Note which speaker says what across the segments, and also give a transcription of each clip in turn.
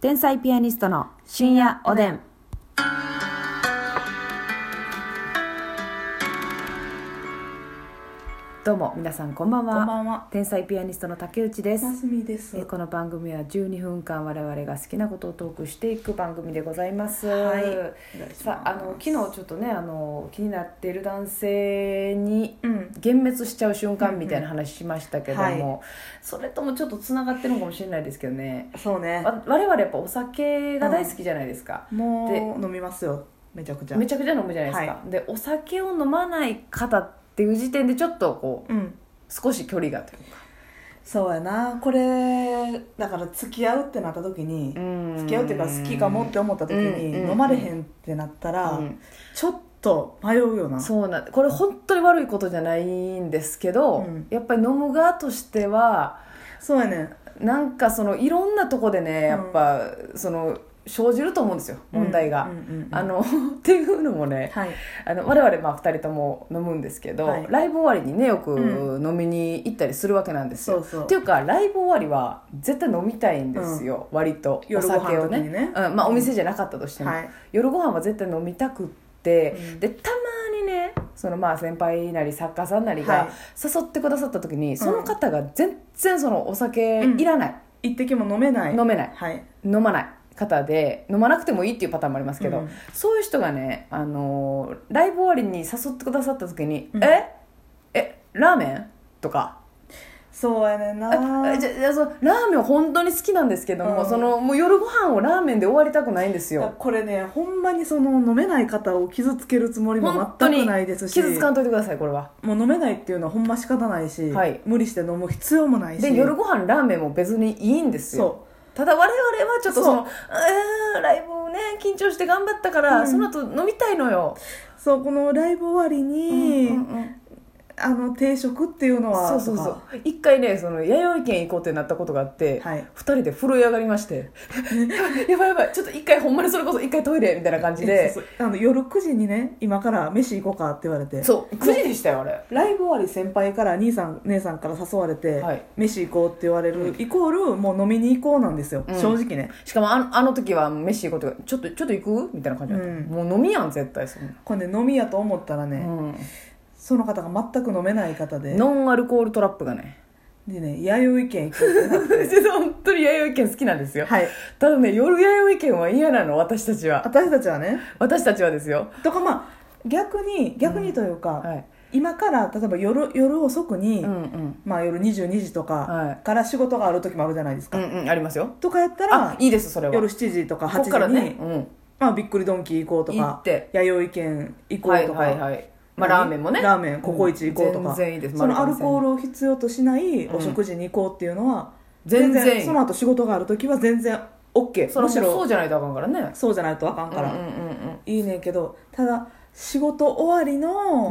Speaker 1: 天才ピアニストの深夜おでん。どうも皆さんこんばんは。
Speaker 2: こんばんは。
Speaker 1: 天才ピアニストの竹内です。
Speaker 2: ますみです。
Speaker 1: えこの番組は12分間我々が好きなことをトークしていく番組でございます。
Speaker 2: はい
Speaker 1: さああの昨日ちょっとねあの気になっている男性に
Speaker 2: うん。
Speaker 1: 幻滅しちゃう瞬間みたいな話しましたけども、
Speaker 2: うんうんは
Speaker 1: それともちょっとつながってるのかもしれないですけどね
Speaker 2: そうね。
Speaker 1: わ我々やっぱお酒が大好きじゃないですか、
Speaker 2: もう飲みますよ。めちゃくちゃ。
Speaker 1: めちゃくちゃ飲むじゃないですか、でお酒を飲まない方っていう時点でちょっとこう
Speaker 2: うん。
Speaker 1: 少し距離がというか、
Speaker 2: そうやな。これだから付き合うってなった時に、付き合うっていうか好きかもって思った時に
Speaker 1: うん
Speaker 2: 飲まれへんってなったら
Speaker 1: うん、
Speaker 2: ちょっと迷うよな。
Speaker 1: そうなんこれ本当に悪いことじゃないんですけど、
Speaker 2: うん
Speaker 1: やっぱり飲む側としては
Speaker 2: そうやね。
Speaker 1: なんかそのいろんなとこでねやっぱ、その生じると思うんですよ問題が。
Speaker 2: うんうんうん
Speaker 1: あの っていうのもね
Speaker 2: はい。
Speaker 1: あの我々まあ2人とも飲むんですけど、
Speaker 2: はい
Speaker 1: ライブ終わりにねよく
Speaker 2: う
Speaker 1: 飲みに行ったりするわけなんですよ。
Speaker 2: そうそう
Speaker 1: っていうかライブ終わりは絶対飲みたいんですよ、割とお
Speaker 2: 夜ご
Speaker 1: 酒
Speaker 2: 飯
Speaker 1: を
Speaker 2: の時
Speaker 1: ね
Speaker 2: にね
Speaker 1: うんまあ、お店じゃなかったとしても、
Speaker 2: はい
Speaker 1: 夜ご飯は絶対飲みたくって、
Speaker 2: うん
Speaker 1: でたまにねそのまあ先輩なり作家さんなり
Speaker 2: は
Speaker 1: が
Speaker 2: い
Speaker 1: 誘ってくださった時に、その方が全然そのお酒いらない、
Speaker 2: 一滴も飲めない。
Speaker 1: 飲めない
Speaker 2: はい。
Speaker 1: 飲まない方で飲まなくてもいいっていうパターンもありますけど、
Speaker 2: うん
Speaker 1: そういう人がね、あのーライブ終わりに誘ってくださった時に「
Speaker 2: うん
Speaker 1: ええラーメン?」とか
Speaker 2: そうやね
Speaker 1: 「
Speaker 2: んな
Speaker 1: え。じゃじゃあそのラーメン本当に好きなんですけども,、
Speaker 2: うん
Speaker 1: そのもう夜ご飯をラーメンで終わりたくないんです
Speaker 2: いや
Speaker 1: よ」
Speaker 2: これねほんまにその飲めない方を傷つけるつもりも
Speaker 1: 本当
Speaker 2: 全く
Speaker 1: に
Speaker 2: ないですし
Speaker 1: 傷つかんといてくださいこれは。
Speaker 2: もう飲めないっていうのはほんま仕方ないし、
Speaker 1: はい
Speaker 2: 無理して飲む必要もないし
Speaker 1: で夜ご飯ラーメンも別にいいんですよ
Speaker 2: そ
Speaker 1: ただ我々はちょっとその
Speaker 2: そう
Speaker 1: ーんライブをね緊張して頑張ったから、
Speaker 2: うん
Speaker 1: その後飲みたいのよ、
Speaker 2: うそうこのライブ終わりに、あの定食っていうのは
Speaker 1: そうそうそ
Speaker 2: と
Speaker 1: う一回ねその弥生県行こうってなったことがあって、
Speaker 2: かはい
Speaker 1: 二人で震え上がりま して「やばいやばいちょっと一回ほんまにそれこそ一回トイレ」みたいな感じで
Speaker 2: そうそうあの夜9時にね今から飯行こうかって言われて
Speaker 1: そう9時でしたよあれ
Speaker 2: ライブ終わり先輩から兄さん姉さんから誘われて、
Speaker 1: はい
Speaker 2: 飯行こうって言われる、イコールもう飲みに行こうなんですよ、
Speaker 1: うん
Speaker 2: 正直ね
Speaker 1: しかもあのあの時は飯行こうとか「ちょっとちょっと行く?」みたいな感じだった、
Speaker 2: うん
Speaker 1: もう飲みやん絶対そんな、
Speaker 2: これね飲みやと思ったらね、
Speaker 1: うん
Speaker 2: その方が全く飲めない方で
Speaker 1: ノンアルコールトラップがね
Speaker 2: でね弥生県行こうってなって
Speaker 1: 私本当に弥生県好きなんです よ、
Speaker 2: はい
Speaker 1: ただね夜弥生県は嫌なの私たちは
Speaker 2: 私たちはね
Speaker 1: 私たちはですよ
Speaker 2: とかまあ逆に逆にというか、
Speaker 1: はい
Speaker 2: 今から例えば夜夜遅くに、
Speaker 1: うんうん
Speaker 2: まあ、夜22時と
Speaker 1: は
Speaker 2: かから仕事がある時もあるじゃないです
Speaker 1: う
Speaker 2: か、
Speaker 1: んうんありますよ
Speaker 2: とかやった
Speaker 1: あ
Speaker 2: ら
Speaker 1: いいですそれは
Speaker 2: 夜7時とか
Speaker 1: こ
Speaker 2: 8
Speaker 1: っから
Speaker 2: 時に、
Speaker 1: ね、うん、
Speaker 2: まあ、びっくりドンキー行こうと
Speaker 1: 行っ
Speaker 2: か
Speaker 1: て
Speaker 2: 弥生県行こ
Speaker 1: は
Speaker 2: う
Speaker 1: い
Speaker 2: とか、
Speaker 1: はいはいまあラーメンもね
Speaker 2: ラーメンココイチ行こうとか、
Speaker 1: 全然いいです
Speaker 2: そのアルコー
Speaker 1: ル
Speaker 2: ルを必要としないお食事に行こうっていうのは、
Speaker 1: 全然いい
Speaker 2: その後仕事がある時は全然 OK
Speaker 1: そ
Speaker 2: む
Speaker 1: む
Speaker 2: し
Speaker 1: し
Speaker 2: ろ
Speaker 1: そうじゃないとあかんからね
Speaker 2: そうじゃないとあかんから、
Speaker 1: うんうん
Speaker 2: いいねんけどただ仕事終わりの、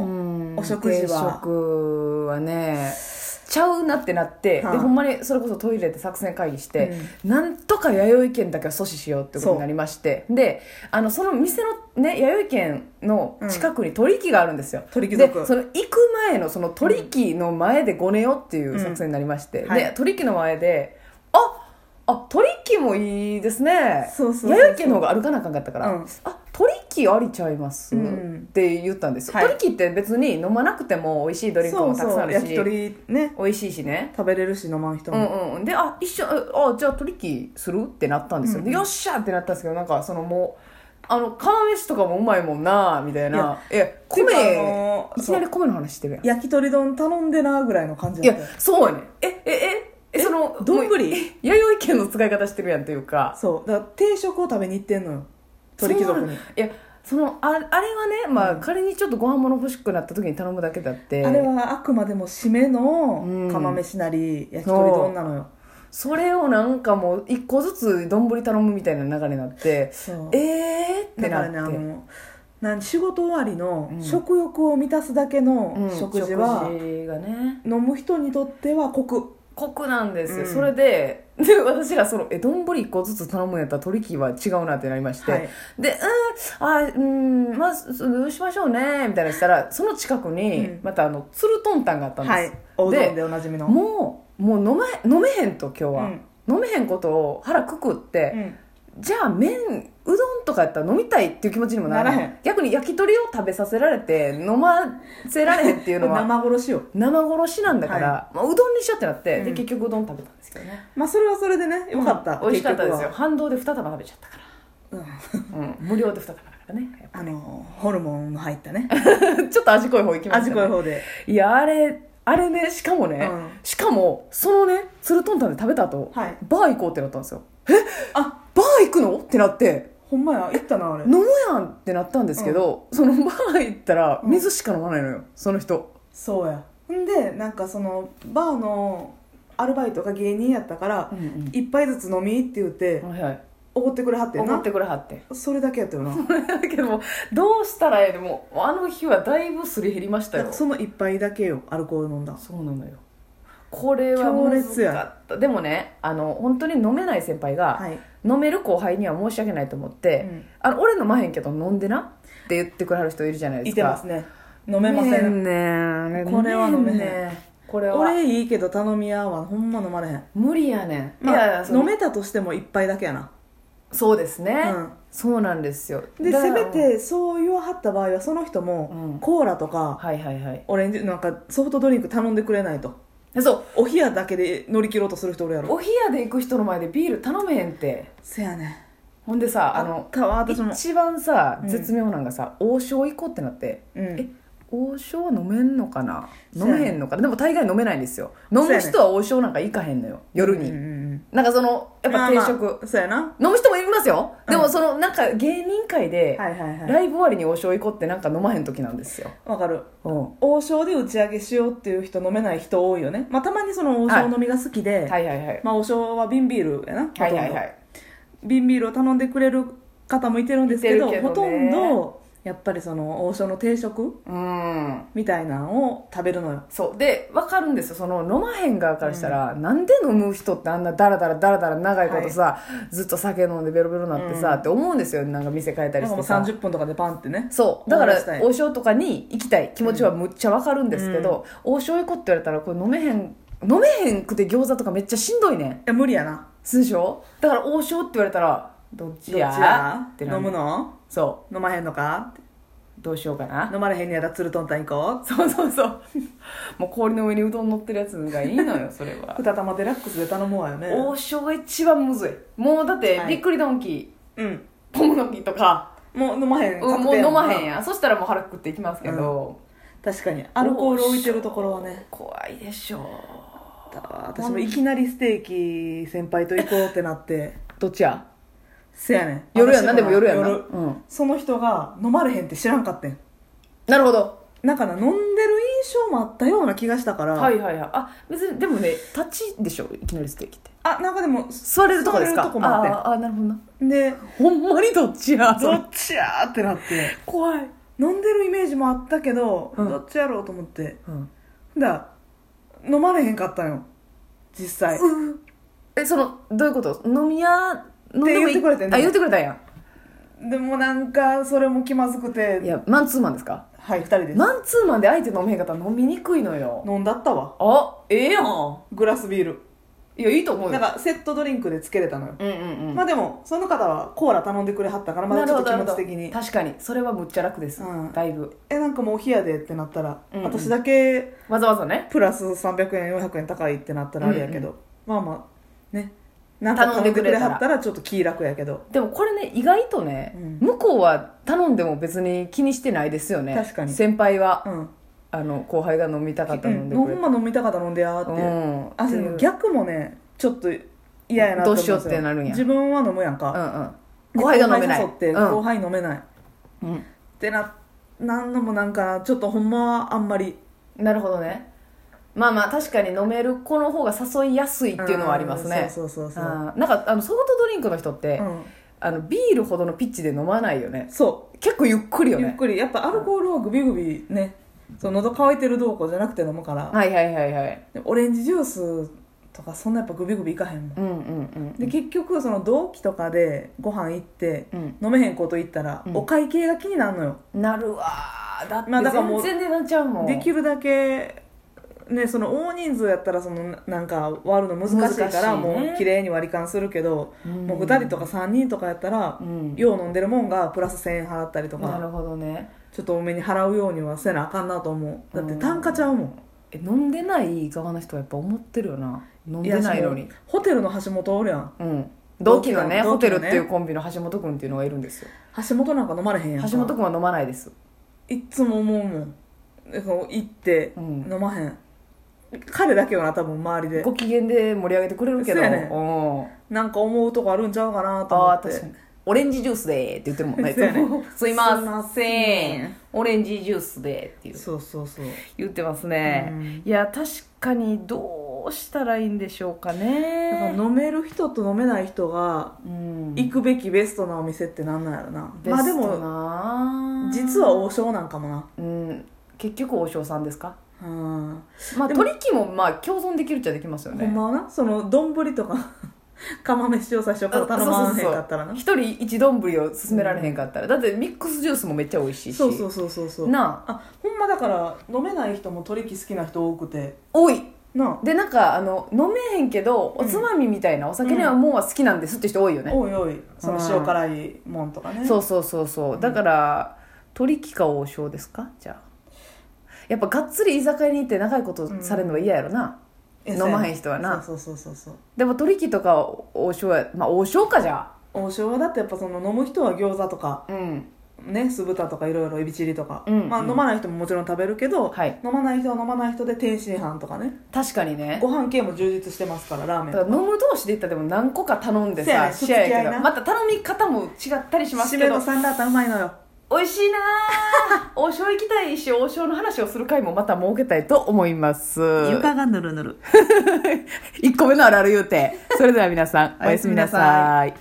Speaker 1: うんうん
Speaker 2: お食事は
Speaker 1: 定食はねちゃうなってなって、
Speaker 2: はい
Speaker 1: でほんまにそれこそトイレで作戦会議して、なんとか弥生県だけは阻止しようってことになりましてであのその店の、ね、弥生県の近くに鳥木があるんですよ、
Speaker 2: 鳥貴
Speaker 1: で
Speaker 2: 族
Speaker 1: その行く前のその鳥木の前でごねよっていう作戦になりまして、
Speaker 2: うんはい
Speaker 1: で鳥木の前でああ鳥木もいいですね
Speaker 2: そうそうそうそう
Speaker 1: 弥生県の方が歩かなあかんかったから、
Speaker 2: うん
Speaker 1: あ鳥木ありちゃいます、
Speaker 2: うん
Speaker 1: って言ったんですよ、
Speaker 2: はい
Speaker 1: 鳥木って別に飲まなくても美味しいドリンク
Speaker 2: そう
Speaker 1: もたくさん
Speaker 2: そ
Speaker 1: あ
Speaker 2: う
Speaker 1: るし
Speaker 2: 焼き鳥ね
Speaker 1: 美味しいしね
Speaker 2: 食べれるし飲まん人
Speaker 1: う
Speaker 2: も、
Speaker 1: んうん、であ一緒あじゃあ取引するってなったんですよ、
Speaker 2: うん
Speaker 1: でよっしゃってなったんですけどなんかそのもうあの釜飯とかもうまいもんなみたいないや米、
Speaker 2: てかあのー
Speaker 1: いきなり米の話してるやん
Speaker 2: 焼き鳥丼頼んでなぐらいの感じ
Speaker 1: い
Speaker 2: だ
Speaker 1: や
Speaker 2: ったよ
Speaker 1: そうやねんええええその
Speaker 2: 丼
Speaker 1: もうえ弥生県の使い方してるやんというか
Speaker 2: そうだから定食を食べに行ってんのよ鳥貴族
Speaker 1: そう
Speaker 2: に
Speaker 1: いやそのああれはね、まあ仮にちょっとご飯物欲しくなった時に頼むだけだって
Speaker 2: あれはあくまでも締め
Speaker 1: うん
Speaker 2: の釜飯なり焼き鳥丼なのよ
Speaker 1: それをなんかもう一個ずつ丼頼むみたいな流れになって
Speaker 2: そう
Speaker 1: ええー、って
Speaker 2: だか
Speaker 1: な
Speaker 2: ら
Speaker 1: って
Speaker 2: ねあのなん仕事終わりの
Speaker 1: うん
Speaker 2: 食欲を満たすだけ
Speaker 1: うん
Speaker 2: の食事は、
Speaker 1: 食事がね
Speaker 2: 飲む人にとってはコク
Speaker 1: 酷なんですよ、
Speaker 2: うん
Speaker 1: それで で私らそのえ丼1個ずつ頼むんやったら取引は違うなってなりまして、
Speaker 2: はい
Speaker 1: でうんあうんまあそどうしましょうねみたいなしたらその近くに
Speaker 2: うん
Speaker 1: またあのつるとんたんがあったんです、
Speaker 2: はいおうどんでおなじみの
Speaker 1: もうもう飲め飲めへんと今日は、
Speaker 2: うん
Speaker 1: 飲めへんことを腹くくって、
Speaker 2: うん
Speaker 1: じゃあ麺うどんとかやったら飲みたいっていう気持ちにもなら
Speaker 2: な
Speaker 1: へ
Speaker 2: らへ
Speaker 1: ん
Speaker 2: ん
Speaker 1: 逆に焼き鳥を食べさせられて飲ませられへんっていうのは
Speaker 2: 生殺しよ
Speaker 1: 生殺しなんだから、
Speaker 2: は
Speaker 1: まあ、うどんにしようってなって、
Speaker 2: うん
Speaker 1: で結局うどん食べたんですけどね
Speaker 2: まあそれはそれでねよかった、
Speaker 1: うん美味しかったですよ
Speaker 2: 結
Speaker 1: 反動で2束食べちゃったか
Speaker 2: 局は、
Speaker 1: ら、うん、無料で2束だからねやっ
Speaker 2: うん、
Speaker 1: ぱ
Speaker 2: あのホルモンの入った ね
Speaker 1: ちょっと味濃い方いきました
Speaker 2: 味
Speaker 1: ね
Speaker 2: 濃い方で
Speaker 1: いやあれあれねしかもね、
Speaker 2: うん
Speaker 1: しかもそのねツルトンタンで食べた後、
Speaker 2: はい
Speaker 1: バー行こうってなったんですよ
Speaker 2: あ
Speaker 1: バー行くのってなって
Speaker 2: ほんまや行ったなあれ
Speaker 1: 飲もうやんってなったんですけど、そのバー行ったら
Speaker 2: うん
Speaker 1: 水しか飲まないのよ、その人
Speaker 2: そうやんでなんかそのバーのアルバイトが芸人やったから、
Speaker 1: うんうん
Speaker 2: 一杯ずつ飲みって言って
Speaker 1: はいはい
Speaker 2: おごってくれはってん
Speaker 1: 思
Speaker 2: な
Speaker 1: ってくれはって
Speaker 2: それだけやったよな
Speaker 1: だけどどうしたらええでもうあの日はだいぶすり減りました
Speaker 2: だか
Speaker 1: よ
Speaker 2: らその一杯だけよアルコール飲んだ
Speaker 1: そうなのよこれは
Speaker 2: 強
Speaker 1: 難
Speaker 2: 烈
Speaker 1: しか
Speaker 2: や
Speaker 1: ったでもねあの本当に飲めない先輩が、
Speaker 2: はい、
Speaker 1: 飲める後輩には申し訳ないと思って、
Speaker 2: うん
Speaker 1: あの俺飲まへんけど飲んでなって言ってくれはる人いるじゃないで
Speaker 2: い
Speaker 1: すか
Speaker 2: てますね飲めません
Speaker 1: 飲めへんねん
Speaker 2: これは飲めへん
Speaker 1: これは
Speaker 2: 俺いいけど頼みやはほんま飲まれへん、
Speaker 1: 無理やねん、
Speaker 2: ま
Speaker 1: いやい
Speaker 2: あ、
Speaker 1: やその
Speaker 2: 飲めたとしても一杯だけやな
Speaker 1: そうですね、
Speaker 2: うん
Speaker 1: そうなんですよ
Speaker 2: で
Speaker 1: だか
Speaker 2: せ
Speaker 1: ら
Speaker 2: めてそう言わはった場合はその人
Speaker 1: うん
Speaker 2: もコーラとか
Speaker 1: はいはいはい
Speaker 2: オレンジなんかソフトドリンク頼んでくれないと
Speaker 1: そう
Speaker 2: お冷やだけで乗り切ろうとする人おるやろ
Speaker 1: お冷やで行く人の前でビール頼めへんって
Speaker 2: せやね
Speaker 1: ほんでさあ
Speaker 2: あ
Speaker 1: の
Speaker 2: のたわ私も、
Speaker 1: 一番さ
Speaker 2: うん
Speaker 1: 絶妙なんがさ、王将行こうってなって
Speaker 2: うん
Speaker 1: え王将飲めんのかな
Speaker 2: そ
Speaker 1: 飲
Speaker 2: うやね
Speaker 1: めへんのかなでも大概飲めないんですよ飲
Speaker 2: うや
Speaker 1: む
Speaker 2: ね
Speaker 1: 人は王将なんか行かへんのよ夜に、
Speaker 2: うんうんうん
Speaker 1: なんかそのやっぱ定食、
Speaker 2: まあまあそうやな
Speaker 1: 飲む人もいますよ、
Speaker 2: うん
Speaker 1: でもそのなんか芸人界で、
Speaker 2: はいはいはい
Speaker 1: ライブ終わりに王将行こうってなんか飲まへん時なんですよ、
Speaker 2: わかる
Speaker 1: うん、
Speaker 2: 王将で打ち上げしようっていう人飲めない人多いよね、まあ、たまにその王将飲みが好きで、
Speaker 1: はいはいはい、
Speaker 2: まあ、王将は瓶ビールやなほと
Speaker 1: は
Speaker 2: ん
Speaker 1: い
Speaker 2: ど、
Speaker 1: はいはい
Speaker 2: 瓶ビールを頼んでくれる方もいてるんですけど
Speaker 1: いてるけどね
Speaker 2: ほとんどやっぱりその王将の定食
Speaker 1: うん
Speaker 2: みたいなのを食べるのよ
Speaker 1: そうで分かるんですよその飲まへん側からしたら、なんで飲む人ってあんなダラダラダラダラ長いことさ、ずっと酒飲んでベロベロなってさ、
Speaker 2: うん
Speaker 1: って思うんですよなんか店変えた
Speaker 2: なん
Speaker 1: りし
Speaker 2: かも
Speaker 1: て
Speaker 2: う
Speaker 1: さ
Speaker 2: 30分とかでパンってね
Speaker 1: そうだから
Speaker 2: 終わらしたい
Speaker 1: 王将とかに行きたい気持ちはむっちゃ分かるんですけど、王将行こうって言われたらこれ飲めへん飲めへんくて餃子とかめっちゃしんどいねん
Speaker 2: いや無理やな
Speaker 1: するでしょだから王将って言われたらどっち
Speaker 2: どっち
Speaker 1: や
Speaker 2: や
Speaker 1: ってなる
Speaker 2: 飲むの
Speaker 1: そ
Speaker 2: 飲まへんのか
Speaker 1: うどうしようかな
Speaker 2: 飲まれへんのやったらツルトンタン行こ
Speaker 1: そうそうそう もう氷の上にうどん乗ってるやつがいいのよそれは
Speaker 2: う二玉デラックスで頼もうわよね
Speaker 1: 王将が一番むずいもうだって、
Speaker 2: はい
Speaker 1: びっくりドンキー
Speaker 2: うん
Speaker 1: ポムの木とか、
Speaker 2: もう飲まへん
Speaker 1: うん、
Speaker 2: 確
Speaker 1: もう
Speaker 2: 定
Speaker 1: 飲
Speaker 2: や
Speaker 1: ま
Speaker 2: な
Speaker 1: へんやんそしたらもう腹くくっていきますけど、
Speaker 2: 確かにアルコール置いてるところはね
Speaker 1: 怖いでしょ
Speaker 2: 私もいきなりステーキ先輩と行こうってなって
Speaker 1: どっちや
Speaker 2: せやねん
Speaker 1: 夜やん
Speaker 2: 私
Speaker 1: なでも夜やんな、
Speaker 2: 夜
Speaker 1: うん、
Speaker 2: その人が飲まれへんって知らんかってん
Speaker 1: なるほど
Speaker 2: なんかな飲んでる印象もあったような気がしたから、
Speaker 1: はいはいはいあ別にでもね立ちでしょいきなりステーキって
Speaker 2: あなんかでも
Speaker 1: 座れるとこですか
Speaker 2: 座れるとこもあって
Speaker 1: あーあーなるほどな
Speaker 2: で
Speaker 1: ほんまにどっちや
Speaker 2: どっちやーってなって
Speaker 1: 怖い、
Speaker 2: 飲んでるイメージもあったけど、
Speaker 1: うん
Speaker 2: どっちやろうと思ってだ飲まれへんかったんよ実際
Speaker 1: えそのどういうこと飲み屋飲んでもいい
Speaker 2: って言ってくれてんね
Speaker 1: あ言ってくれたんや
Speaker 2: でもなんかそれも気まずく
Speaker 1: い
Speaker 2: て
Speaker 1: やマンツーマンですか
Speaker 2: はい2人です、
Speaker 1: マンツーマンで相手飲めへんかったら飲みにくいのよ
Speaker 2: 飲んだったわ
Speaker 1: あええやん
Speaker 2: グラスビール
Speaker 1: いやいいと思う
Speaker 2: な
Speaker 1: よ
Speaker 2: んかセットドリンクでつけれたのよ、
Speaker 1: うんうんうん
Speaker 2: まあでもその方はコーラ頼んでくれはったからまだちょっと気持ち的
Speaker 1: なるほどなる
Speaker 2: に
Speaker 1: ほど確かにそれはむっちゃ楽です、
Speaker 2: うん
Speaker 1: だいぶ
Speaker 2: えなんかもうお冷やでってなったら、
Speaker 1: うんうん
Speaker 2: 私だけ
Speaker 1: わざわざね
Speaker 2: プラス300円400円高いってなったらあれやけど、まあまあねなんか
Speaker 1: 頼
Speaker 2: 頼
Speaker 1: ん
Speaker 2: ん
Speaker 1: で
Speaker 2: で
Speaker 1: く
Speaker 2: く
Speaker 1: れ
Speaker 2: れ
Speaker 1: たら
Speaker 2: はったらちょっと気楽やけど
Speaker 1: でもこれね意外とね、
Speaker 2: うん
Speaker 1: 向こうは頼んでも別に気にしてないですよね
Speaker 2: 確かに
Speaker 1: 先輩は、
Speaker 2: うん、
Speaker 1: あの後輩が飲みたかった
Speaker 2: う
Speaker 1: ら飲ん
Speaker 2: ん、
Speaker 1: でく
Speaker 2: ほ
Speaker 1: れ
Speaker 2: ん
Speaker 1: て、
Speaker 2: ま飲みたかったら飲んでやーって、
Speaker 1: うん
Speaker 2: あでも逆もねちょっと嫌やなと思んです
Speaker 1: どうしようってなるんや
Speaker 2: 自分は飲むやん
Speaker 1: う
Speaker 2: か、
Speaker 1: んうん
Speaker 2: で
Speaker 1: 後輩が飲めない
Speaker 2: 後輩誘って
Speaker 1: うん
Speaker 2: 後輩飲めない、っ
Speaker 1: うん
Speaker 2: てななんのもなんかちょっとほんまはあんまり
Speaker 1: なるほどねまあまあ確かに飲める子の方が誘いやすいっていうのはありますね
Speaker 2: そうそうそうそう
Speaker 1: あーなんかあのソフトドリンクの人って、
Speaker 2: うん
Speaker 1: あのビールほどのピッチで飲まないよね
Speaker 2: そ
Speaker 1: 結構ゆっくり
Speaker 2: う
Speaker 1: よ
Speaker 2: ゆっ
Speaker 1: ね
Speaker 2: くりやっぱアルコールをグビグビねその喉乾いてるどうこうじゃなくて飲むから、
Speaker 1: はいはいはいはい
Speaker 2: でオレンジジュースとかそんなやっぱグビグビいかへんもん
Speaker 1: うんうんう
Speaker 2: で
Speaker 1: ん
Speaker 2: 結局その同期とかでご飯行って
Speaker 1: うん
Speaker 2: 飲めへんこと言ったら
Speaker 1: うん
Speaker 2: お会計が気になるのよ、
Speaker 1: なるわーだって
Speaker 2: まあだからもう
Speaker 1: 全然なっちゃうもん
Speaker 2: できるだけねその大人数やったらそのななんか割るの難しいから
Speaker 1: 難しいね
Speaker 2: もう綺麗に割り勘するけど、
Speaker 1: うん
Speaker 2: もう2人とか3人とかやったら、
Speaker 1: うん
Speaker 2: よう飲んでるもんがプラス1000円払ったりと
Speaker 1: なる
Speaker 2: か
Speaker 1: ほどね
Speaker 2: ちょっと多めに払うようにはせなあかんなと思うだって
Speaker 1: うん
Speaker 2: 単価ちゃうもん
Speaker 1: え飲んでない側の人はやっぱ思ってるよな飲ん
Speaker 2: い
Speaker 1: で
Speaker 2: や
Speaker 1: ないのに
Speaker 2: そホテルの橋本おるやん
Speaker 1: うん同期のね
Speaker 2: 同
Speaker 1: ホ
Speaker 2: 期
Speaker 1: テ
Speaker 2: の
Speaker 1: ル
Speaker 2: ね
Speaker 1: っていうコンビの橋本君っていうのがいるんですよ
Speaker 2: 橋本なんか飲まれへんやんか
Speaker 1: 橋本君は飲まないです
Speaker 2: いっつも思うもんなんかこう行って
Speaker 1: うん
Speaker 2: 飲まへん、彼だけよな多分周りで
Speaker 1: ご機嫌で盛り上げてくれるけど
Speaker 2: そうやね
Speaker 1: うん
Speaker 2: なんか思うとこあるんちゃうかなと思
Speaker 1: あ
Speaker 2: っ
Speaker 1: ー確
Speaker 2: て
Speaker 1: かにオレンジジュースでーって言ってるもんねいつ
Speaker 2: そうやね
Speaker 1: もすいます
Speaker 2: いま
Speaker 1: せ
Speaker 2: せ
Speaker 1: ん
Speaker 2: ん
Speaker 1: オレンジジュースでーっていう
Speaker 2: そうそうそう
Speaker 1: 言ってますね、
Speaker 2: うん
Speaker 1: いや確かにどうしたらいいんでしょうか
Speaker 2: だから
Speaker 1: ね
Speaker 2: 飲める人と飲めない人が
Speaker 1: うん
Speaker 2: 行くべきベストなお店ってなんなんやろな
Speaker 1: ベ
Speaker 2: まあで
Speaker 1: スト
Speaker 2: も
Speaker 1: な
Speaker 2: 実は王将なんかもな
Speaker 1: うん結局王将さんですか
Speaker 2: うん
Speaker 1: まあ
Speaker 2: でも
Speaker 1: 取引もまあ共存できるっちゃできますよ
Speaker 2: ほ
Speaker 1: ね
Speaker 2: んまはなその丼とか 釜飯を最初から頼まんへんかったらな
Speaker 1: 一人一丼を勧められへんかったら、だってミックスジュースもめっちゃ美味しいし
Speaker 2: そうそうそうそうそう
Speaker 1: なあ
Speaker 2: あほんまだから飲めない人も取引好きな人多くて
Speaker 1: 多い
Speaker 2: な
Speaker 1: でなんかあの飲めへんけどおつまみみたいなお酒にはもうは好きなんですって人多いよね、
Speaker 2: おいおいその塩辛いもんとかね
Speaker 1: そうそうそうそうだから取引か王将ですかじゃあやっぱがっつり居酒屋に行って長いことされるのは嫌やろな、
Speaker 2: え
Speaker 1: 飲
Speaker 2: そうや
Speaker 1: まへん人はな
Speaker 2: そうそうそうそうそう
Speaker 1: でも取引とか王将やまあ王将かじゃ
Speaker 2: 王将はだってやっぱその飲む人は餃子とか
Speaker 1: あうん
Speaker 2: ね酢豚とかいろいろエビチリとか、
Speaker 1: うん
Speaker 2: まあ、
Speaker 1: うん
Speaker 2: 飲まない人ももちろん食べるけど、
Speaker 1: はい
Speaker 2: 飲まない人は飲まない人で天津飯とかね
Speaker 1: 確かにね
Speaker 2: ご飯系も充実してますからラーメン
Speaker 1: だから飲む同士で行ったらでも何個か頼んで
Speaker 2: そうや
Speaker 1: さ
Speaker 2: ね
Speaker 1: しや
Speaker 2: 付き合
Speaker 1: け
Speaker 2: い
Speaker 1: ど
Speaker 2: な
Speaker 1: また頼み方も違ったりします
Speaker 2: 締
Speaker 1: け
Speaker 2: め
Speaker 1: ど
Speaker 2: のサンラータンうまいのよ
Speaker 1: 美味しいなあ王将行きたいし王将の話をする回もまた設けたいと思います
Speaker 2: がぬるぬる
Speaker 1: 1個目のあるある言うてそれでは皆さんおやすみなさい